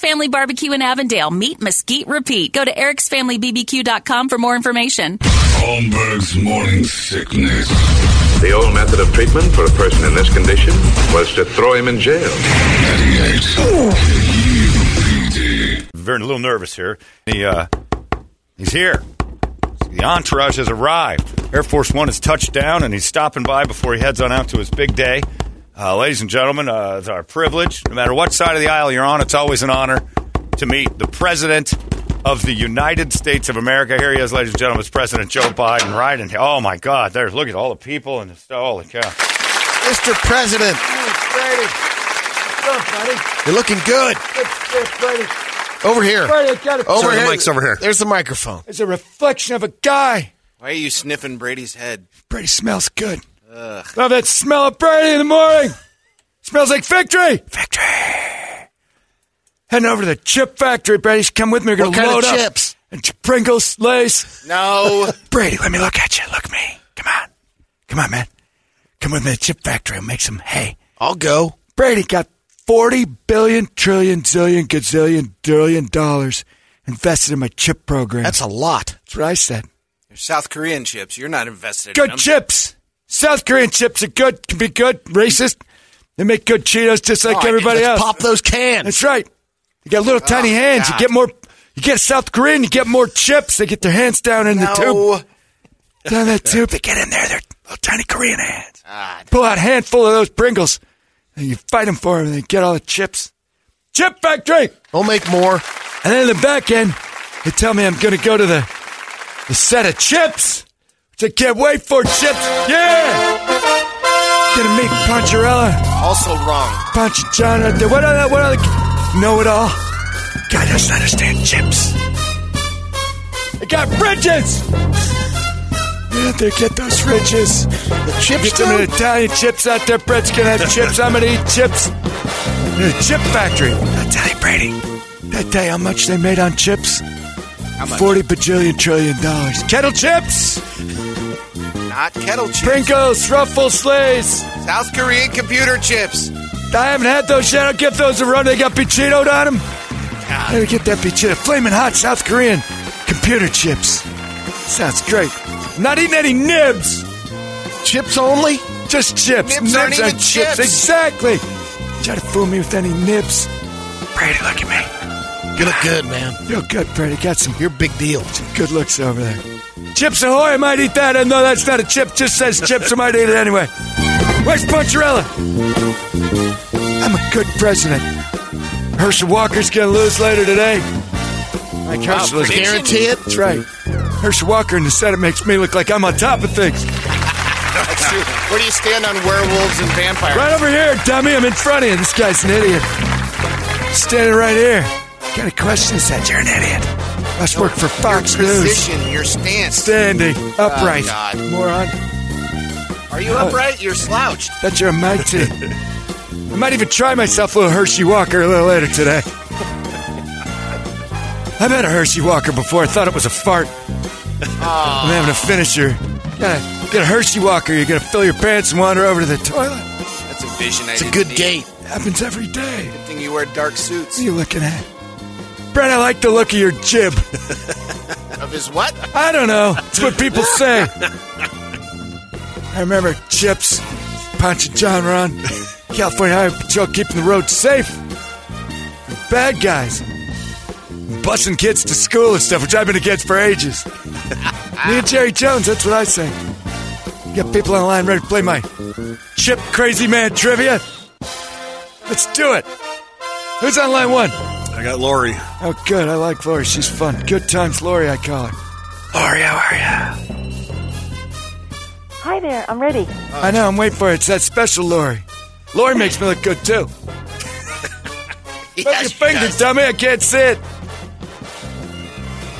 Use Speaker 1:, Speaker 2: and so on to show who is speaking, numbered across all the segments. Speaker 1: Family Barbecue in Avondale. Meet, mesquite, repeat. Go to ericsfamilybbq.com for more information.
Speaker 2: Holmberg's morning sickness.
Speaker 3: The old method of treatment for a person in this condition was to throw him in jail.
Speaker 2: 98. KUPD.
Speaker 4: Very a little nervous here. He, uh, he's here. The entourage has arrived. Air Force One is touched down, and he's stopping by before he heads on out to his big day. Uh, ladies and gentlemen, uh, it's our privilege. No matter what side of the aisle you're on, it's always an honor to meet the President of the United States of America. Here he is, ladies and gentlemen, it's President Joe Biden. Right in here. Oh my God! There's look at all the people and the, holy cow.
Speaker 5: Mr. President,
Speaker 6: Brady. What's up, buddy?
Speaker 5: you're looking good.
Speaker 6: It's, it's Brady.
Speaker 5: Over here.
Speaker 6: Brady, I got it.
Speaker 5: Over
Speaker 6: Sorry,
Speaker 5: here.
Speaker 6: the mic's
Speaker 5: over here. There's the microphone.
Speaker 6: It's a reflection of a guy.
Speaker 7: Why are you sniffing Brady's head?
Speaker 6: Brady smells good. Love that smell of Brady in the morning. Smells like victory. Victory. Heading over to the chip factory, Brady. Should Come with me. We're going
Speaker 5: What
Speaker 6: to
Speaker 5: kind of
Speaker 6: load up.
Speaker 5: chips?
Speaker 6: And ch- Pringles, Lays.
Speaker 7: No.
Speaker 6: Brady, let me look at you. Look at me. Come on. Come on, man. Come with me to the chip factory. We'll make some hay.
Speaker 5: I'll go.
Speaker 6: Brady got 40 billion, trillion, zillion, gazillion, billion dollars invested in my chip program.
Speaker 5: That's a lot.
Speaker 6: That's what I said.
Speaker 7: They're South Korean chips. You're not invested in
Speaker 6: Good
Speaker 7: them.
Speaker 6: chips. South Korean chips are good, can be good, racist. They make good Cheetos just like
Speaker 5: All right,
Speaker 6: everybody
Speaker 5: let's
Speaker 6: else.
Speaker 5: Pop those cans.
Speaker 6: That's right. You got little tiny hands. You
Speaker 7: God.
Speaker 6: get more, you get a South Korean, you get more chips. They get their hands down in the tube.
Speaker 7: No.
Speaker 6: down that tube. They get in there. They're little tiny Korean hands. Pull out a handful of those Pringles, and you fight them for them, and they get all the chips. Chip factory.
Speaker 5: We'll make more.
Speaker 6: And then in the back end, they tell me I'm going to go to the, the set of chips, which I can't wait for. Chips, yeah. Gonna meet Poncherella,
Speaker 7: Also wrong.
Speaker 6: Ponchachana. What are the, what are the, know it all? God doesn't understand chips. I got bridges. Yeah, they get those ridges.
Speaker 5: The chips
Speaker 6: Get some of the
Speaker 5: dude?
Speaker 6: Italian chips out there. Brett's gonna have chips. I'm gonna eat chips. The chip factory. I tell you, Brady, that day how much they made on chips? Forty bajillion trillion dollars. Kettle chips,
Speaker 7: Not kettle chips.
Speaker 6: Pringles, Ruffles, Slays.
Speaker 7: South Korean computer chips.
Speaker 6: I haven't had those yet. I'll get those a run. They got Pichito'd on them. I gotta get that Pichito. Flaming hot South Korean computer chips. Sounds great. Not eating any nibs.
Speaker 5: Chips only?
Speaker 6: Just chips.
Speaker 7: Nibs aren't even chips.
Speaker 6: Exactly. Try to fool me with any nibs. Brady, look at
Speaker 5: You look good, man.
Speaker 6: me. Feel good, Brady. Got some
Speaker 5: You're a big deal.
Speaker 6: good looks over there. Chips Ahoy, I might eat that. And no, that's not a chip. Just says chips. I might eat it anyway. Where's Puncharella? I'm a good president. Herschel Walker's going to lose later today. Like Herschel is
Speaker 5: Guarantee it.
Speaker 6: That's right. Herschel Walker in the Senate makes me look like I'm on top of things.
Speaker 8: That's true. Where do you stand on werewolves and vampires?
Speaker 6: Right over here, dummy. I'm in front of you. This guy's an idiot. Standing right here. Got a question is that you're an idiot. Must work for Fox
Speaker 8: Your
Speaker 6: News.
Speaker 8: position, your stance.
Speaker 6: Standing upright.
Speaker 8: God.
Speaker 6: Moron.
Speaker 8: Are you upright? You're slouched.
Speaker 6: That's your mighty. I might even try myself a little Hershey Walker a little later today. I've had a Hershey Walker before. I thought it was a fart. I'm having a finisher. Gotta get a Hershey Walker. You're gonna fill your pants and wander over to the toilet.
Speaker 7: That's a vision. I
Speaker 5: It's a
Speaker 7: didn't
Speaker 5: good
Speaker 7: need.
Speaker 5: date.
Speaker 6: Happens every day.
Speaker 7: Good thing you wear dark suits.
Speaker 6: What are you looking at? Brett, I like the look of your jib.
Speaker 8: Of his what?
Speaker 6: I don't know. It's what people say. I remember Chips, Ponch and John Ron, California Highway Patrol keeping the roads safe. Bad guys. Busing kids to school and stuff, which I've been against for ages. Me and Jerry Jones, that's what I say. Got people on the line ready to play my Chip Crazy Man trivia. Let's do it. Who's on line one?
Speaker 4: All
Speaker 9: I got Lori.
Speaker 6: Oh, good. I like Lori. She's fun. Good times, Lori, I call her.
Speaker 9: Lori, how are you?
Speaker 10: Hi there, I'm ready.
Speaker 6: I know. I'm waiting for it. It's that special Lori. Lori makes me look good, too. Look at your finger, dummy. I can't see it.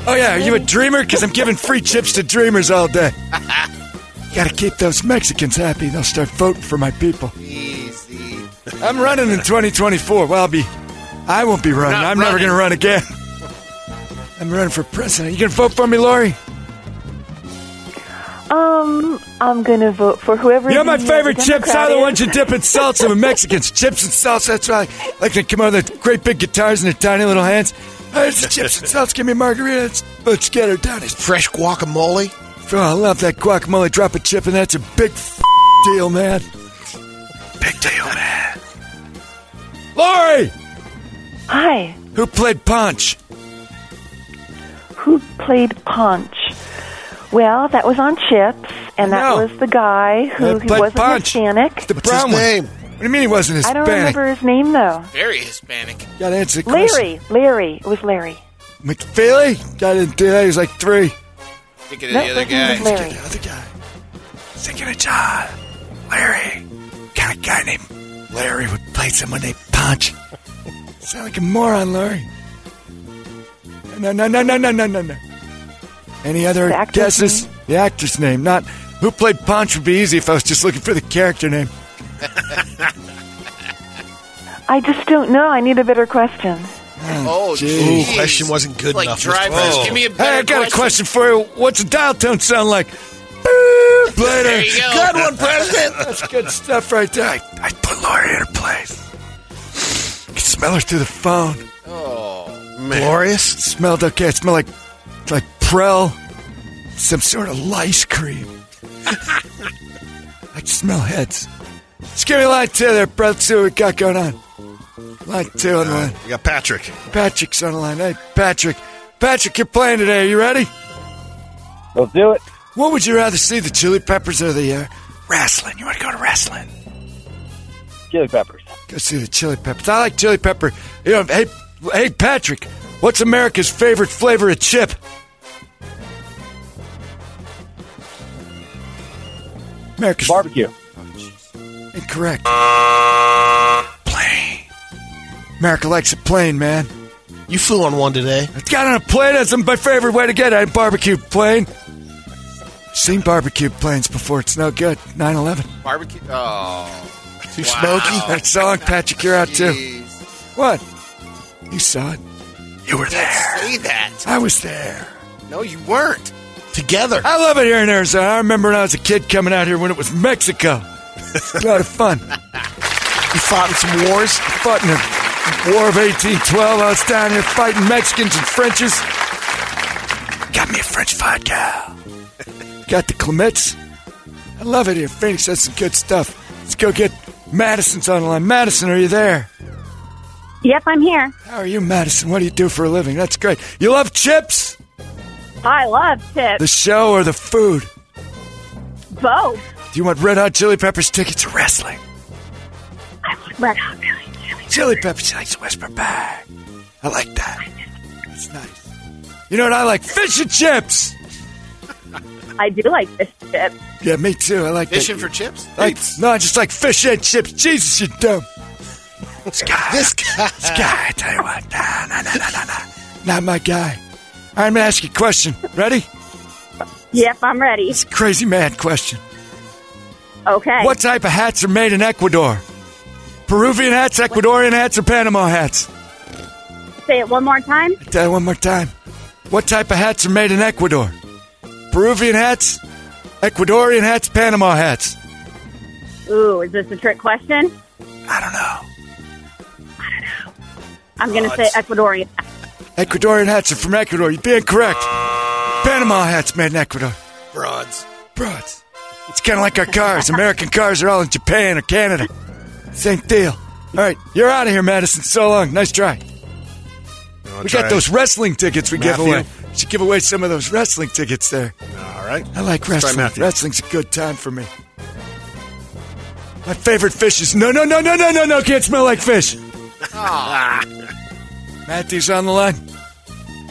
Speaker 6: Oh, yeah. Are you a dreamer? Because I'm giving free chips to dreamers all day. Gotta keep those Mexicans happy. They'll start voting for my people.
Speaker 7: Easy.
Speaker 6: I'm running in 2024. Well, I'll be. I won't be running.
Speaker 7: Not
Speaker 6: I'm never
Speaker 7: running.
Speaker 6: going to run again. I'm running for president. You going to vote for me, Lori?
Speaker 10: Um, I'm gonna vote for whoever.
Speaker 6: You know my
Speaker 10: the, uh,
Speaker 6: favorite
Speaker 10: the
Speaker 6: chips
Speaker 10: Democrat
Speaker 6: are the
Speaker 10: is.
Speaker 6: ones you dip in salsa with Mexicans. Chips and salsa. That's why I like to come out with their great big guitars and their tiny little hands. Oh, it's the chips and salsa. Give me a margarita. Let's, let's get her done. It's-
Speaker 5: Fresh guacamole.
Speaker 6: Oh, I love that guacamole. Drop a chip, and that's a big f- deal, man.
Speaker 9: Big deal, man.
Speaker 6: Lori,
Speaker 10: Hi,
Speaker 6: who played Punch?
Speaker 10: who played Punch? Well, that was on Chips, and that
Speaker 6: No.
Speaker 10: was the guy who
Speaker 6: That
Speaker 10: he
Speaker 6: played
Speaker 10: wasn't
Speaker 6: Punch.
Speaker 10: Hispanic.
Speaker 6: It's the
Speaker 5: What's
Speaker 6: brown
Speaker 5: his
Speaker 6: one.
Speaker 5: name?
Speaker 6: What do you mean he wasn't
Speaker 10: I
Speaker 6: Hispanic?
Speaker 10: don't remember his name though.
Speaker 7: Very Hispanic.
Speaker 6: Gotta answer the question.
Speaker 10: Larry, Larry, it was Larry.
Speaker 6: McFeely? Got in there. He was like three.
Speaker 7: Think of
Speaker 10: No,
Speaker 7: the other
Speaker 10: his name
Speaker 7: guy.
Speaker 10: was Larry.
Speaker 6: The other guy.
Speaker 9: Thinking of John. Larry.
Speaker 6: Got a guy named Larry would play someone named Punch. Sound like a moron, Larry. No, no, no, no, no, no, no, no. Any other
Speaker 10: The actor's
Speaker 6: guesses? The actor's name, not who played Punch would be easy if I was just looking for the character name.
Speaker 10: I just don't know. I need a better question.
Speaker 7: Oh,
Speaker 5: Ooh,
Speaker 7: jeez.
Speaker 5: question wasn't good
Speaker 7: like
Speaker 5: enough.
Speaker 7: drive
Speaker 5: Mr.
Speaker 7: us.
Speaker 5: Whoa.
Speaker 7: Give me a
Speaker 6: Hey,
Speaker 7: better
Speaker 6: I got a question for you. What's a dial tone sound like? Boop, Later.
Speaker 7: There you go.
Speaker 6: Good one, President. That's good stuff right there. I, I put Lori in her place. Can smell her through the phone.
Speaker 5: Glorious.
Speaker 6: smelled okay. It smelled like like Prel, some sort of lice cream. I can smell heads. Let's give me line two there, Prel. See what we got going on. Line two on the line.
Speaker 5: We got Patrick.
Speaker 6: Patrick's on the line. Hey, Patrick. Patrick, you're playing today. Are you ready?
Speaker 11: Let's do it.
Speaker 6: What would you rather see, the Chili Peppers or the uh, wrestling? You want to go to wrestling?
Speaker 11: Chili peppers.
Speaker 6: Go see the Chili Peppers. I like Chili Pepper. You know, hey, hey, Patrick. What's America's favorite flavor of chip? America's
Speaker 11: Barbecue.
Speaker 6: Incorrect. Plane. America likes a plane, man.
Speaker 5: You flew on one today.
Speaker 6: I got on a plane. That's my favorite way to get a barbecue plane. Seen barbecue planes before. It's no good. 9 11.
Speaker 7: Barbecue. Oh,
Speaker 5: Too smoky.
Speaker 6: That song, Patrick, you're out too.
Speaker 7: jeez.
Speaker 6: What? You saw it. You were there.
Speaker 7: Say that.
Speaker 6: I was there.
Speaker 7: No, you weren't.
Speaker 5: Together.
Speaker 6: I love it here in Arizona. I remember when I was a kid coming out here when it was Mexico. a lot of fun.
Speaker 5: You fought in some wars.
Speaker 6: Fought in the War of 1812. I was down here fighting Mexicans and Frenches. Got me a French vodka. Got the Clements. I love it here. Phoenix has some good stuff. Let's go get Madison's on the line. Madison, are you there?
Speaker 10: Yep, I'm here.
Speaker 6: How are you, Madison? What do you do for a living? That's great. You love chips?
Speaker 10: I love
Speaker 6: The
Speaker 10: tips.
Speaker 6: show or the food?
Speaker 10: Both.
Speaker 6: Do you want Red Hot Chili Peppers tickets to wrestling?
Speaker 10: I want red hot chili.
Speaker 6: Chili Peppers she likes to whisper back. I like that. That's nice. You know what I like? Fish and chips.
Speaker 10: I do like this tip.
Speaker 6: Yeah, me too. I like that.
Speaker 7: Fishing for chips?
Speaker 6: Like, no, I just like fish and chips. Jesus, you dumb. This guy.
Speaker 5: This guy.
Speaker 6: This guy. I tell you what. Nah, nah, nah, nah, nah, nah. Not my guy. All right, I'm gonna ask you a question. Ready?
Speaker 10: Yep, I'm ready.
Speaker 6: It's a crazy man question.
Speaker 10: Okay.
Speaker 6: What type of hats are made in Ecuador? Peruvian hats, Ecuadorian hats, or Panama hats?
Speaker 10: Say it one more time.
Speaker 6: Tell you one more time. What type of hats are made in Ecuador? Peruvian hats, Ecuadorian hats, Panama hats.
Speaker 10: Ooh, is this a trick question?
Speaker 6: I don't know.
Speaker 10: I'm gonna say Ecuadorian.
Speaker 6: Ecuadorian hats are from Ecuador. You're being correct. Panama hats made in Ecuador.
Speaker 7: Broads.
Speaker 6: Bro, it's, it's kind of like our cars. American cars are all in Japan or Canada. Same deal. All right, you're out of here, Madison. So long. Nice try. We got those wrestling tickets we
Speaker 9: Matthew?
Speaker 6: give away. We should give away some of those wrestling tickets there.
Speaker 9: All right.
Speaker 6: I like
Speaker 9: Let's try
Speaker 6: wrestling.
Speaker 9: Matthew.
Speaker 6: Wrestling's a good time for me. My
Speaker 9: Ah.
Speaker 6: favorite fish is no, no, no, no, no, no, no. Can't smell like fish. Matthew's on the line.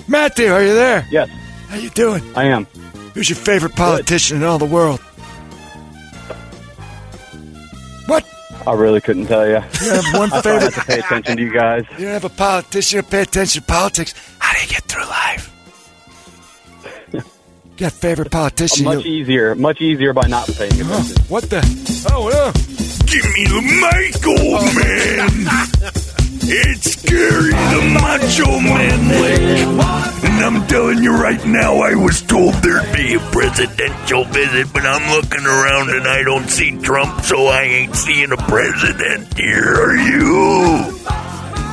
Speaker 6: Matthew, are you there?
Speaker 11: Yes.
Speaker 6: How you doing?
Speaker 11: I am.
Speaker 6: Who's your favorite politician in all the world? What?
Speaker 11: I really couldn't tell you.
Speaker 6: You have one
Speaker 11: I thought I had
Speaker 6: favorite.
Speaker 11: to pay attention to you guys.
Speaker 6: You don't have a politician to pay attention to politics. How do you get through life? Got favorite politician?
Speaker 11: Much
Speaker 6: you-
Speaker 11: easier, much easier by not paying attention.
Speaker 6: what the? Oh, yeah.
Speaker 9: Give me the mic, old man. It's Gary the Macho Man Lick. And I'm telling you right now, I was told there'd be a presidential visit, but I'm looking around and I don't see Trump, so I ain't seeing a president here, are you?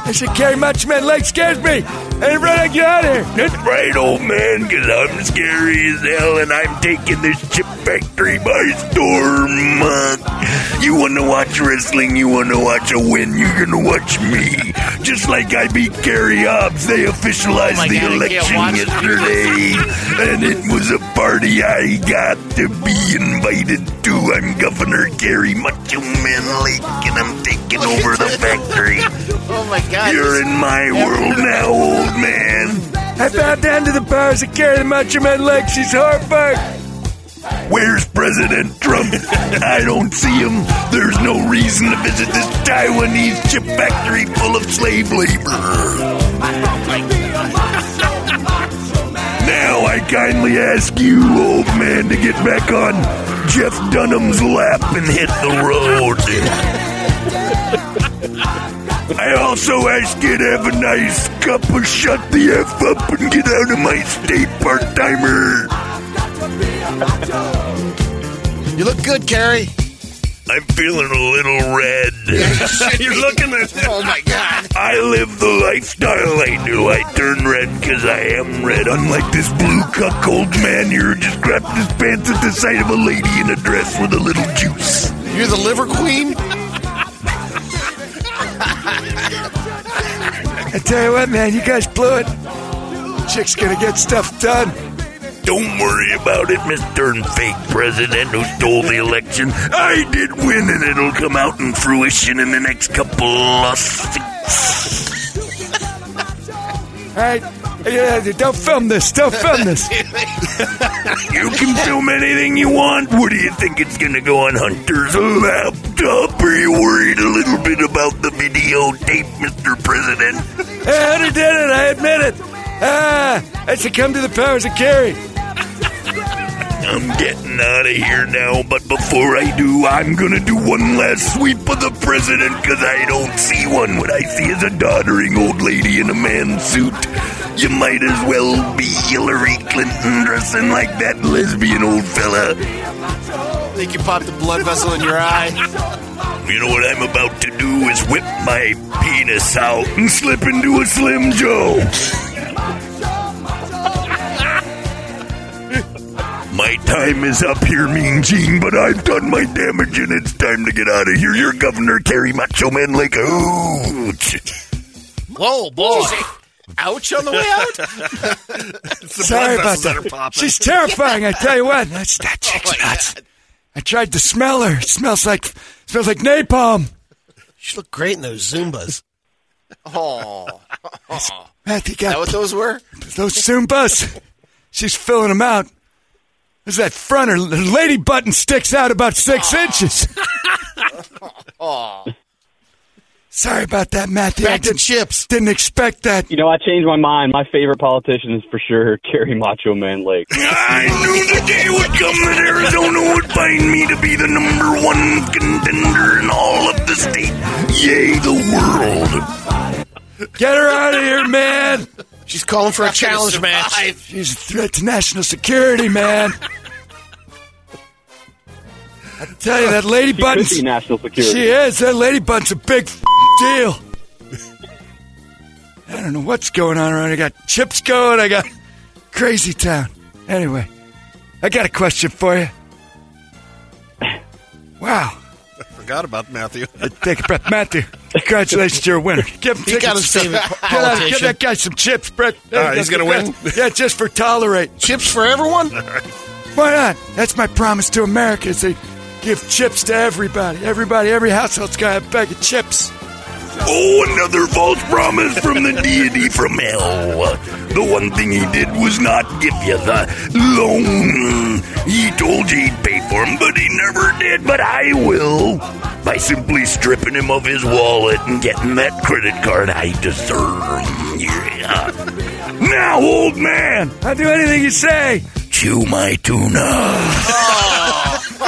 Speaker 6: I said, Gary Muchman leg scares me. Hey, Red, get out of here.
Speaker 9: That's right, old man, because I'm scary as hell and I'm taking this chip factory by storm. Uh, You want to watch wrestling, you want to watch a win, you're going to watch me. Just like I beat Gary Hobbs, they officialized
Speaker 7: Oh my
Speaker 9: the
Speaker 7: God, I can't
Speaker 9: election
Speaker 7: watch this.
Speaker 9: yesterday, and it was a party I got to be invited to. I'm Governor Gary Macho Man Lake, and I'm taking over the factory.
Speaker 7: Oh my god.
Speaker 9: You're in my world now, old man.
Speaker 6: I bow down to the powers that carry the Muchman legs. She's heartburned.
Speaker 9: Where's President Trump? I don't see him. There's no reason to visit this Taiwanese chip factory full of slave labor. Now I kindly ask you, old man, to get back on Jeff Dunham's lap and hit the road. I also ask you to have a nice cup of shut the F up and get out of my state, part timer.
Speaker 5: You look good, Carrie.
Speaker 7: Oh
Speaker 9: I'm feeling a little red. You're looking at
Speaker 7: Oh my god.
Speaker 9: I live the lifestyle I do. I turn red because I am red. Unlike this blue cuckold man here who just grabbed his pants at the sight of a lady in a dress with a little juice.
Speaker 5: You're the liver queen.
Speaker 6: I tell you what, man, you guys blew it. Chick's gonna get stuff done.
Speaker 9: Don't worry about it, Mr. and Fake President who stole the election. I did win, and it'll come out in fruition in the next couple of six.
Speaker 6: All right, yeah, don't film this. Don't film this.
Speaker 9: You can film anything you want. What do you think it's gonna go on Hunter's laptop? Are you worried a little bit about the videotape, Mr. President?
Speaker 6: Hey, Hunter did it. I admit it. Ah, I succumbed to the powers that carry.
Speaker 9: I'm getting out of here now, but before I do, I'm gonna do one last sweep of the president because I don't see one. What I see is a doddering old lady in a man suit. You might as well be Hillary Clinton dressing like that lesbian old fella.
Speaker 8: I think you popped a blood vessel in your eye.
Speaker 9: You know what I'm about to do is whip my penis out and slip into a Slim Joe. My time is up here, Mean Gene, but I've done my damage and it's time to get out of here. Your governor, Terry Macho Man Lake. Ouch.
Speaker 7: Whoa, boy. Ouch on the way out?
Speaker 6: Sorry about that. She's terrifying. I tell you what. That's that chick's nuts. I tried to smell her. It smells like smells like napalm.
Speaker 5: She looked great in those Zumbas.
Speaker 7: Oh. Is
Speaker 6: Matthew
Speaker 7: that
Speaker 6: got
Speaker 7: what those were?
Speaker 6: those Zumbas. She's filling them out. There's that front. Her her lady button sticks out about six inches. Sorry about that, Matthew. I
Speaker 5: Back to
Speaker 6: didn't,
Speaker 5: chips.
Speaker 6: didn't expect that.
Speaker 11: You know, I changed my mind. My favorite politician is for sure Kerry Macho Man Lake.
Speaker 9: I knew the day would come that Arizona would find me to be the number one contender in all of the state, yea, the world.
Speaker 6: Get her out of here, man.
Speaker 5: She's calling for a challenge match.
Speaker 6: She's a threat to national security, man. I tell you, that lady
Speaker 11: She could
Speaker 6: button's.
Speaker 11: be national
Speaker 6: She
Speaker 11: security.
Speaker 6: is. That lady button's a big f- deal. I don't know what's going on around. I got chips going. I got crazy town. Anyway, I got a question for you. Wow.
Speaker 8: Forgot about Matthew.
Speaker 6: Take a breath, Matthew. Congratulations, you're a winner. Give him
Speaker 5: He got
Speaker 6: tickets.
Speaker 5: his favorite
Speaker 6: Get
Speaker 5: po-
Speaker 6: out- Give
Speaker 5: politician.
Speaker 6: that guy some chips, Brett.
Speaker 8: All right, he's gonna win?
Speaker 6: Yeah, just for tolerate.
Speaker 5: Chips for everyone.
Speaker 6: Why not? That's my promise to America is they give chips to everybody. Everybody, every household's got a bag of chips.
Speaker 9: Oh, another false promise from the deity from hell. The one thing he did was not give you the loan. He told you he'd pay for him, but he never did. But I will by simply stripping him of his wallet and getting that credit card I deserve. Yeah. Now, old man, I'll do anything you say. Chew my tuna.
Speaker 6: Oh,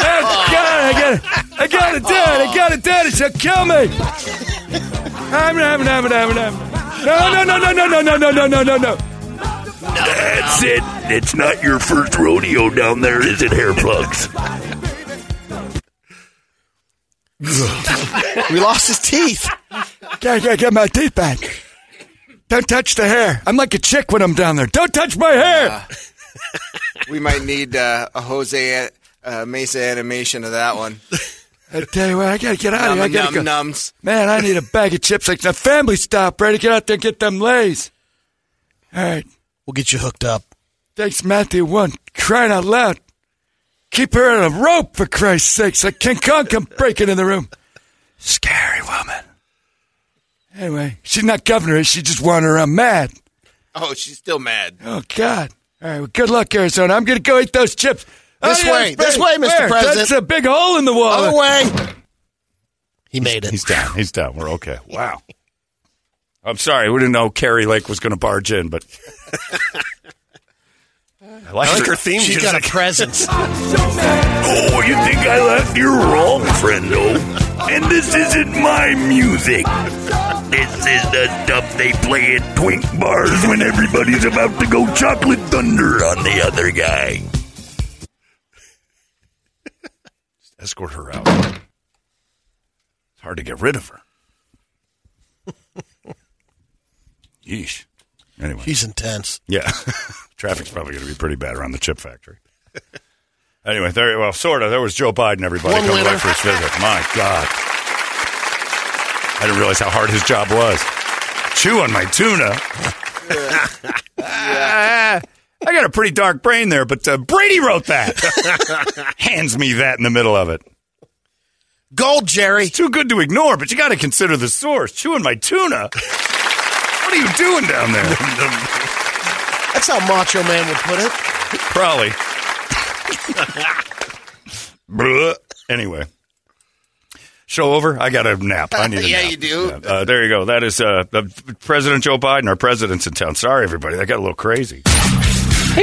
Speaker 6: God, I got it. I got it done. I got it done. It shall kill me. I'm, I'm, I'm, I'm, I'm. No, no, no, no, no, no, no, no, no, no, no, no.
Speaker 9: That's it. It's not your first rodeo down there, is it, hair plugs?
Speaker 6: We lost his teeth. Gotta, gotta get my teeth back. Don't touch the hair. I'm like a chick when I'm down there. Don't touch my hair.
Speaker 8: We might need uh, a Jose uh, Mesa animation of that one.
Speaker 6: I tell you what, I gotta get out of here. I
Speaker 8: Num,
Speaker 6: gotta
Speaker 8: num,
Speaker 6: go.
Speaker 8: nums.
Speaker 6: Man, I need a bag of chips like the family style, Brady. Get out there and get them lays. All right.
Speaker 5: We'll get you hooked up.
Speaker 6: Thanks, Matthew. One, crying out loud. Keep her on a rope, for Christ's sakes. Like King Kong come breaking in the room. Scary woman. Anyway, she's not governor. is She She just wandered around mad.
Speaker 8: Oh, she's still mad.
Speaker 6: Oh, God. All right, well, good luck, Arizona. I'm going to go eat those chips.
Speaker 5: This
Speaker 6: Adios,
Speaker 5: way, this
Speaker 6: babe.
Speaker 5: way, Mr.
Speaker 6: Where?
Speaker 5: President.
Speaker 6: That's a big hole in the wall.
Speaker 5: Other way.
Speaker 4: He made it. He's down. He's down. We're okay. Wow. I'm sorry. We didn't know Carrie Lake was going to barge in, but I like, her,
Speaker 5: theme. She's got a presence.
Speaker 9: Oh, you think I left you wrong, friendo? And this isn't my music. This is the stuff they play at twink bars when everybody's about to go chocolate thunder on the other guy.
Speaker 4: escort her out. It's hard to get rid of her. Yeesh. Anyway,
Speaker 5: She's intense.
Speaker 4: yeah, traffic's probably going to be pretty bad around the chip factory. Anyway, there. Well, sort of. There was Joe Biden. Everybody
Speaker 5: One
Speaker 4: coming
Speaker 5: winner.
Speaker 4: back for his visit. My God, I didn't realize how hard his job was. Chew on my tuna. I got a pretty dark brain there, but uh, Brady wrote that. Hands me that in the middle of it.
Speaker 5: Gold, Jerry.
Speaker 4: Too good to ignore, but you got to consider the source. Chewing my tuna. what are you doing down there?
Speaker 5: That's how Macho Man would put it.
Speaker 4: Probably. Bruh. anyway, show over. I got a nap. I need a
Speaker 8: Yeah,
Speaker 4: nap.
Speaker 8: you do.
Speaker 4: Yeah. Uh, there you go. That is uh, uh, President Joe Biden. Our president's in town. Sorry, everybody. That got a little crazy.
Speaker 12: Hey,